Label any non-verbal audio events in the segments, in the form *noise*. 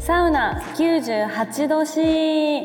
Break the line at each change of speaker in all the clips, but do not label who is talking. サウナ98度 C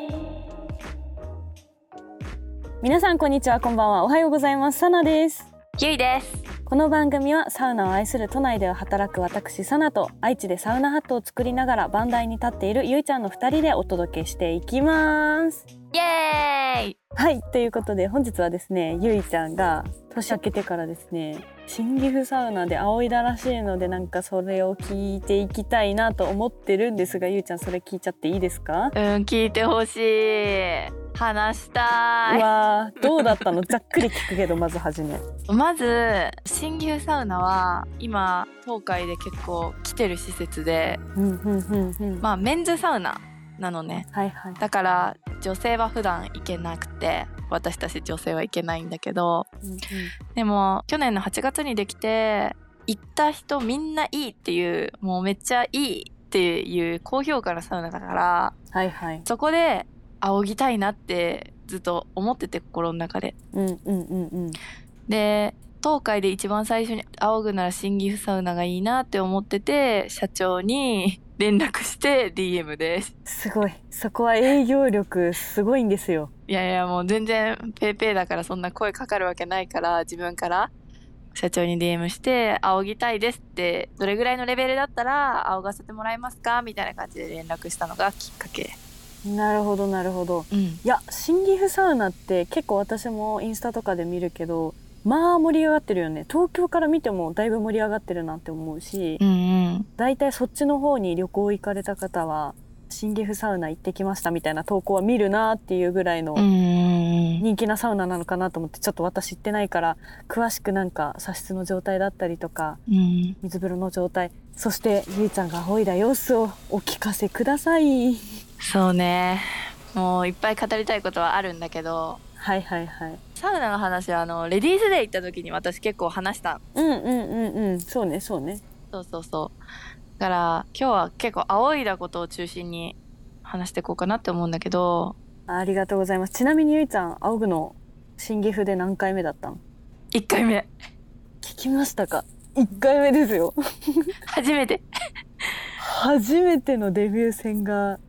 皆さんこんにちはこんばんはおはようございますサナです
ゆいです。
この番組はサウナを愛する都内で働く私サナと愛知でサウナハットを作りながら番台に立っているゆいちゃんの2人でお届けしていきます
イエーイ。
はいということで本日はですねゆいちゃんが年明けてからですね新岐阜サウナで仰いだらしいのでなんかそれを聞いていきたいなと思ってるんですがゆいちゃんそれ聞いちゃっていいですか
うん、聞いてほしい。話した
う
い。
わーどうだったのざっくり聞くけどまず初め
まず、新牛サウナは、今、東海で結構来てる施設で、
うんうんうんうん
まあ、メンズサウナなのね。
はいはい
だから、女性は普段行けなくて、私たち女性は行けないんだけど、
うんうん
でも、去年の8月にできて、行った人みんないいっていう、もうめっちゃいいっていう高評価のサウナだから、
はいはい
そこで仰ぎたいなってずっと思ってて心の中で。
うんうんうんうん
で東海で一番最初に仰ぐなら新岐阜サウナがいいなって思ってて社長に連絡して *laughs* DM です。
すごいそこは営業力すごいんですよ
いやいやもう全然ペーペーだからそんな声かかるわけないから自分から社長に DM して仰ぎたいですってどれぐらいのレベルだったら仰がせてもらえますかみたいな感じで連絡したのがきっかけ。
なるほどなるほど
うん、
いや新岐阜サウナって結構私もインスタとかで見るけどまあ盛り上がってるよね東京から見てもだいぶ盛り上がってるなって思うし
うんうん
だいたいそっちの方に旅行行かれた方は新岐阜サウナ行ってきましたみたいな投稿は見るなっていうぐらいの
うんうんうん
人気なサウナなのかなと思ってちょっと私行ってないから詳しくなんか茶室の状態だったりとか
うん
水風呂の状態そしてゆいちゃんがほいだ様子をお聞かせください
そうねもういっぱい語りたいことはあるんだけど
はいはいはい
サウナの話はあのレディースデー行った時に私結構話した
うんうんうんうんそうねそうね
そうそうそうだから今日は結構仰いだことを中心に話していこうかなって思うんだけど
ありがとうございますちなみにゆいちゃん仰ぐの新岐阜で何回目だったの
1回目
聞きましたか1回目ですよ
初めて
初めてのデビュー戦が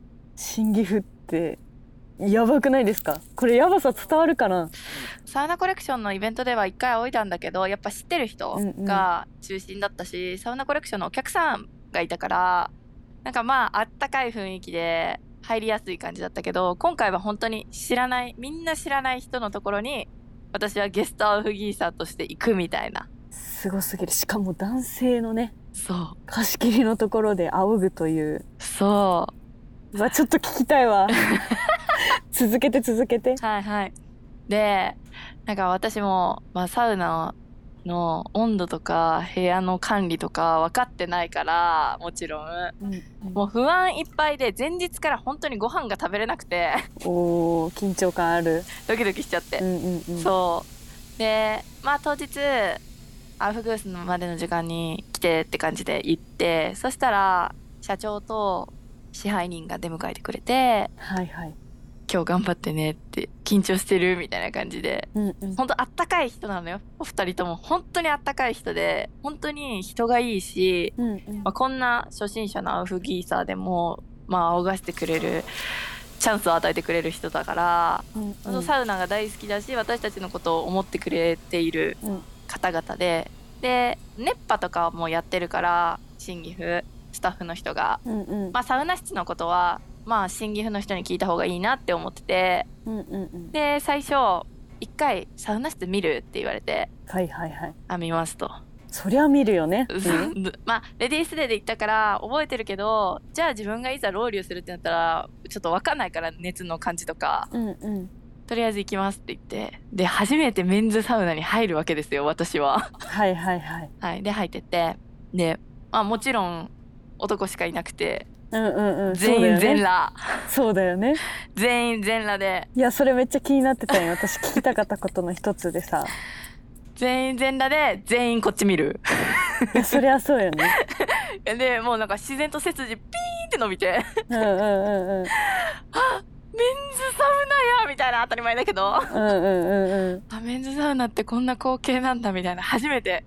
新岐阜ってやばくないですかこれやばさ伝わるかな
サウナコレクションのイベントでは1回仰いだんだけどやっぱ知ってる人が中心だったし、サウナコレクションのお客さんがいたからなんかまああったかい雰囲気で入りやすい感じだったけど今回は本当に知らないみんな知らない人のところに私はゲストアウフギーサーとして行くみたいな
すごすぎるしかも男性のね
そう
貸し切りのところで仰ぐという
そう
わちょっと聞きたい
*laughs*
わ続けて続けて
うはいはいでなんか私も、まあ、サウナの温度とか部屋の管理とか分かってないからもちろんもう不安いっぱいで前日から本当にご飯が食べれなくて *laughs*
おお緊張感ある
ドキドキしちゃって
う、んうんうん
そうでまあ当日アウフグースまでの時間に来てって感じで行ってそしたら社長と支配人が出迎えてくれて
はいはい
「今日頑張ってね」って「緊張してる?」みたいな感じで
うんうん
本当あったかい人なのよお二人とも本当にあったかい人で本当に人がいいし
うんうん
まあ、こんな初心者のアウフギーサーでも、まあ、仰がしてくれるチャンスを与えてくれる人だから、
うん
本当サウナが大好きだし私たちのことを思ってくれている
うん
方々でで熱波とかもやってるから新岐阜スタッフの人が、
うんうん
まあ、サウナ室のことは、まあ、新岐阜の人に聞いた方がいいなって思ってて
うんうんうん
で最初「一回サウナ室見る?」って言われて
はいはいはい
「あ見ます」と。
そりゃ見るよね
*laughs* まあレディースデーで行ったから覚えてるけどじゃあ自分がいざロウリュするってなったらちょっと分かんないから熱の感じとか
うんうん
とりあえず行きますって言ってで初めてメンズサウナに入るわけですよ私は、 *laughs*
はいはいはい
はい、で入ってってで、まあ、もちろん男しかいなくて
うんうんうんそうだ
全
よ
員
ね
全裸、
そうだよね
全員全裸で
いやそれめっちゃ気になってたよ私聞きたかったことの一つでさ
全員全裸で全員こっち見る *laughs*
いやそりゃそうよね
でもうなんか自然と背筋ピーンって伸びて *laughs*
うんうんうんうん
「見ンズサウナやみたいな当たり前だけど
うんうんうんうん
あメンズサウナってこんな光景なんだみたいな初めて、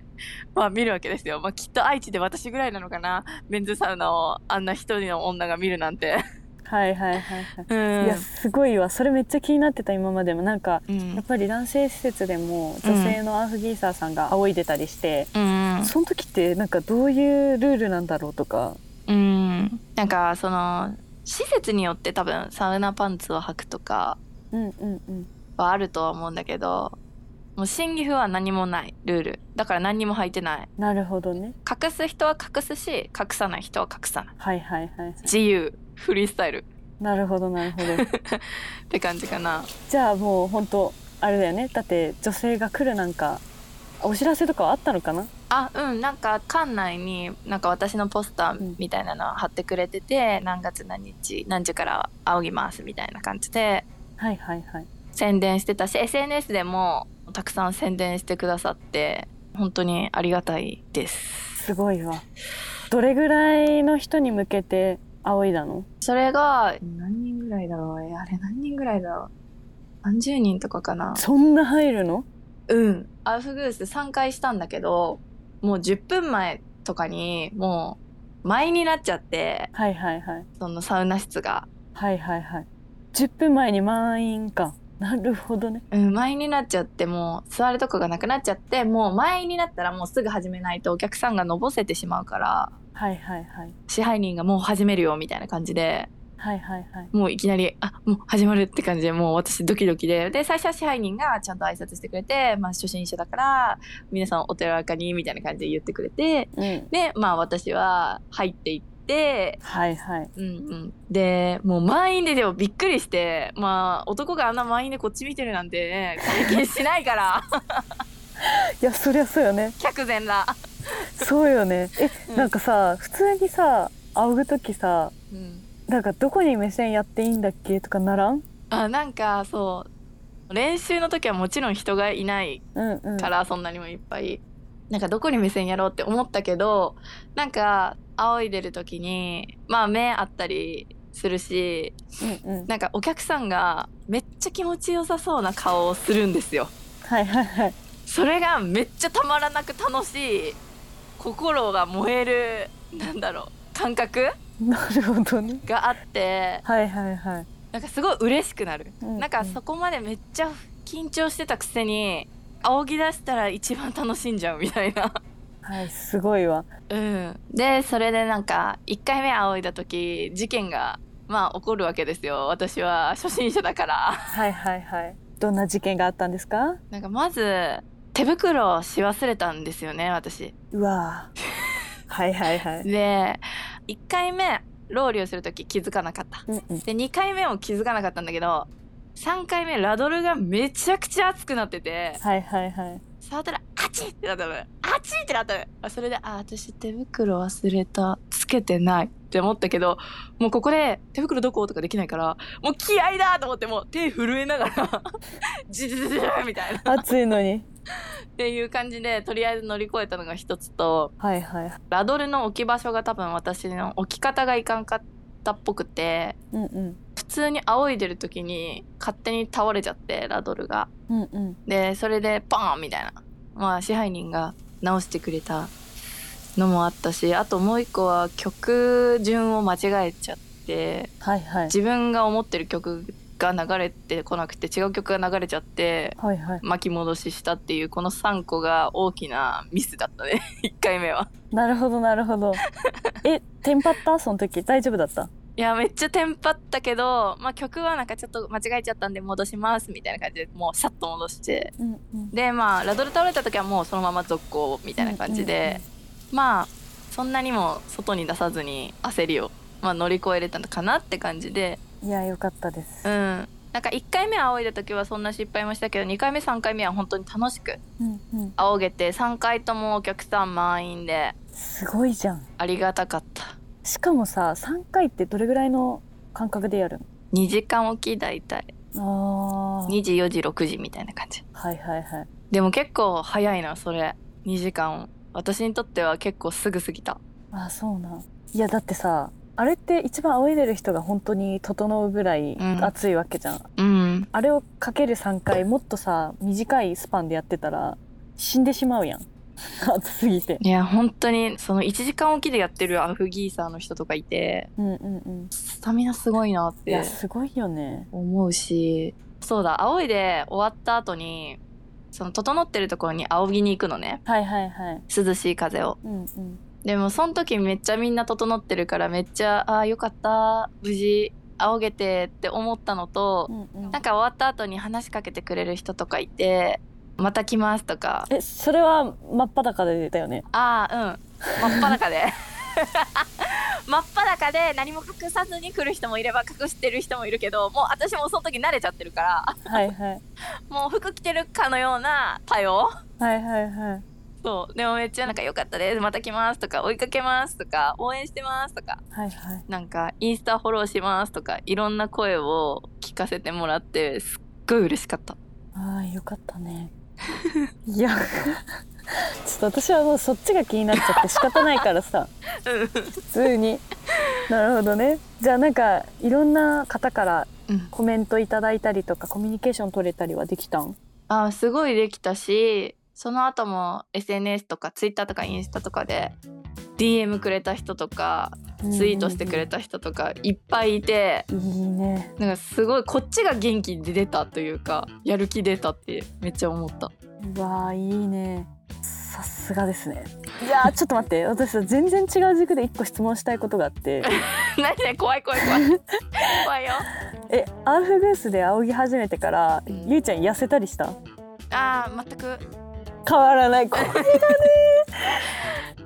まあ、見るわけですよ、まあ、きっと愛知で私ぐらいなのかなメンズサウナをあんな一人の女が見るなんて
はいはいはいはい、
うん
いやすごいわそれめっちゃ気になってた今までもなんか
うん
やっぱり男性施設でも女性のアーフギーサーさんが仰いでたりして、
うん
その時ってなんかどういうルールなんだろうとか
うんなんかその施設によって多分サウナパンツを履くとか
うんうんうん
はあるとは思うんだけどもう新岐阜は何もないルールだから何にも履いてない
なるほどね
隠す人は隠すし隠さない人は隠さない
はいはいはい
自由フリースタイル
なるほどなるほど
って感じかな
じゃあもう本当あれだよねだって女性が来るなんかお知らせとかはあったのかな
あうんなんか館内になんか私のポスターみたいなの貼ってくれてて、何月何日何時から仰ぎますみたいな感じで
はいはいはい
宣伝してたし SNS でもたくさん宣伝してくださって本当にありがたいです
すごいわどれぐらいの人に向けて仰いだの
それが何人ぐらいだろうえあれ何人ぐらいだろう30人とかかな
そんな入るの
うんアウフグース3回したんだけどもう10分前とかにもう前になっちゃって
はいはいはい
そのサウナ室が
はいはいはい10分前に満員かなるほどね
うん、前になっちゃってもう座るとこがなくなっちゃってもう前になったらもうすぐ始めないとお客さんがのぼせてしまうから
はいはいはい
支配人がもう始めるよみたいな感じで
はいはいはい
もういきなりあもう始まるって感じでもう私ドキドキでで最初は支配人がちゃんと挨拶してくれて、まあ、初心者だから皆さんお手柔らかにみたいな感じで言ってくれて
うん
でまあ私は入っていって
はいはい
うんうん、でもう満員ででもびっくりしてまあ男があんな満員でこっち見てるなんて経験しないから *laughs*
いやそりゃそうよね
客全裸、
そうよねえ、
うん
なんかさ普通にさ仰ぐ時さ
うん、
なんかどこに目線やっていいんだっけとかならん
あなんかそう練習の時はもちろん人がいない
うんうん
からそんなにもいっぱい、なんかどこに目線やろうって思ったけどなんか仰いでる時にまあ目あったりするし
うんうん
なんかお客さんがめっちゃ気持ちよさそうな顔をするんですよ。
はいはいはい
それがめっちゃたまらなく楽しい心が燃えるなんだろう感覚
なるほどね
があって
はいはいはい、
なんかすごい嬉しくなる、
うう
なんかそこまでめっちゃ緊張してたくせに仰ぎ出したら一番楽しんじゃうみたいな
はいすごいわ
うんでそれでなんか1回目仰いだ時事件がまあ起こるわけですよ私は初心者だから
はいはいはいどんな事件があったんですか
なんかまず手袋をし忘れたんですよね私
うわ *laughs* ぁはいはいはい
で1回目ロウリュをする時気づかなかった
うんうん
で2回目も気づかなかったんだけど3回目ラドルがめちゃくちゃ熱くなってて
はいはいはい
触ったらあちってなったのあちってなったのあそれであ私手袋忘れたつけてないって思ったけどもうここで手袋どことかできないからもう気合いだと思ってもう手震えながら *laughs* ジュジュジュジュみたいなっ
暑いのに
ていう感じでとりあえず乗り越えたのが一つと
はいはい
ラドルの置き場所が多分私の置き方がいかんかったっぽくて
うんうん
普通に仰いでる時に勝手に倒れちゃってラドルが
うんうん
でそれでパーンみたいなまあ支配人が直してくれたのもあったしあともう一個は曲順を間違えちゃって
はいはい
自分が思ってる曲が流れてこなくて違う曲が流れちゃって
はいはい
巻き戻ししたっていうこの3個が大きなミスだったね1 *laughs* 回目は。
なるほどなるほ *laughs* どえテンパったその時大丈夫だった
いやめっちゃテンパったけど、まあ、曲はなんかちょっと間違えちゃったんで戻しますみたいな感じでもうシャッと戻して
うんうん
でまあラドル倒れた時はもうそのまま続行みたいな感じで、まあそんなにも外に出さずに焦りを、まあ、乗り越えれたのかなって感じで
いやよかったです
うんなんか1回目仰いだ時はそんな失敗もしたけど2回目3回目は本当に楽しく
うんうん
仰げて3回ともお客さん満員です
ごいじゃん
ありがたかった
しかもさ3回ってどれぐらいの間隔でやる
2時間おき大体
のあー
2時4時6時みたいな感じ
はいはいはい
でも結構早いなそれ2時間私にとっては結構すぐ過ぎた
あそうなんいやだってさあれって一番仰いでる人が本当に整うぐらい
うん
熱いわけじゃん、
うん
あれをかける3回もっとさ短いスパンでやってたら死んでしまうやん *laughs* 暑すぎて
いや本当にその1時間おきでやってるアフギーサーの人とかいて
うんうんうん
スタミナすごいなっ
い
て
やすごいよね
思うしそうだ仰いで終わった後にその整ってるところに仰ぎに行くのね
はいはいはい
涼しい風を
うんうん
でもその時めっちゃみんな整ってるからめっちゃああよかった無事仰げてって思ったのと
う、んうん
なんか終わった後に話しかけてくれる人とかいてまた来ますとか
えそれは真っ裸で出たよね
ああうん真っ裸で *laughs* 真っ裸で何も隠さずに来る人もいれば隠してる人もいるけどもう私もその時慣れちゃってるから *laughs*
はいはい
もう服着てるかのような対応
はいはいはい
そうでもめっちゃなんか「良かったですまた来ます」とか「追いかけます」とか「応援してます」とか
はいはい
なんか「インスタフォローします」とかいろんな声を聞かせてもらってすっごい嬉しかった
ああよかったね
*laughs*
いや *laughs* ちょっと私はもうそっちが気になっちゃって仕方ないからさ普通になるほどねじゃあなんかいろんな方から
うん
コメントいただいたりとかコミュニケーション取れたりはできたん
あーすごいできたしその後も SNS とか Twitter とかインスタとかで DM くれた人とかツイートしてくれた人とかいっぱいいて
いいね
なんかすごいこっちが元気で出たというかやる気出たってめっちゃ思った *laughs*
うわあいいねさすがですねいやーちょっと待って私は全然違う軸で一個質問したいことがあって
何ね怖い怖い
*laughs*
怖い怖いよ
えアーフグースで仰ぎ始めてから、
うん
ゆうちゃん痩せたりした
あー全く
変わらないこれ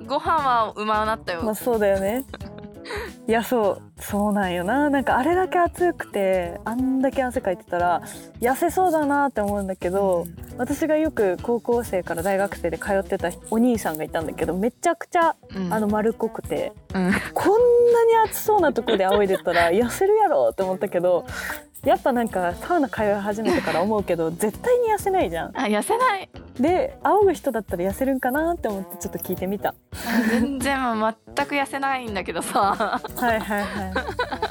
ご飯はうまうなったよ、
まあそうだよねいやそうそうなんよななんかあれだけ暑くてあんだけ汗かいてたら痩せそうだなって思うんだけど、私がよく高校生から大学生で通ってたお兄さんがいたんだけどめちゃくちゃ
うん
あの丸っこくて、
うん
こんなに暑そうなとこで仰いでたら *laughs* 痩せるやろって思ったけどやっぱなんかサウナ通い始めてから思うけど絶対に痩せないじゃん。
あ痩せない
で仰ぐ人だったら痩せるんかなって思ってちょっと聞いてみた。
全然全く痩せないんだけどさ *laughs*
はいはいはい。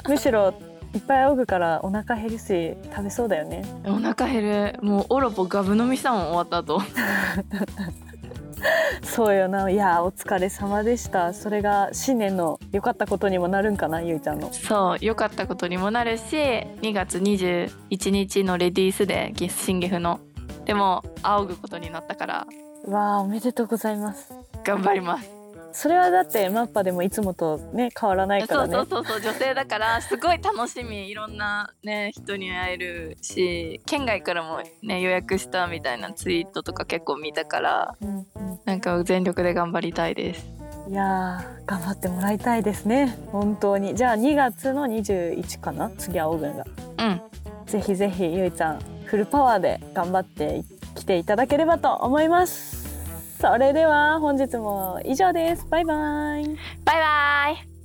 むしろいっぱい仰ぐからお腹減るし食べそうだよね。
お腹減るもうオロポガブ飲みしたもん終わった後
そうよな。いやお疲れ様でした。それが新年の良かったことにもなるんかなゆいちゃんの。
そう良かったことにもなるし2月21日のレディースで新岐阜のでも仰ぐことになったから
わあおめでとうございます。
頑張ります、
それはだってマッパでもいつもとね変わら *laughs* ないか
そ
ら
う
ね。
そうそうそう女性だからすごい楽しみいろんなね人に会えるし県外からもね予約したみたいなツイートとか結構見たから
うんうん
なんか全力で頑張りたいです
いやー頑張ってもらいたいですね本当にじゃあ2月の21かな次青軍が
うん
ぜひぜひゆいちゃんフルパワーで頑張ってきていただければと思いますそれでは本日も以上ですバイバイ
バイバイ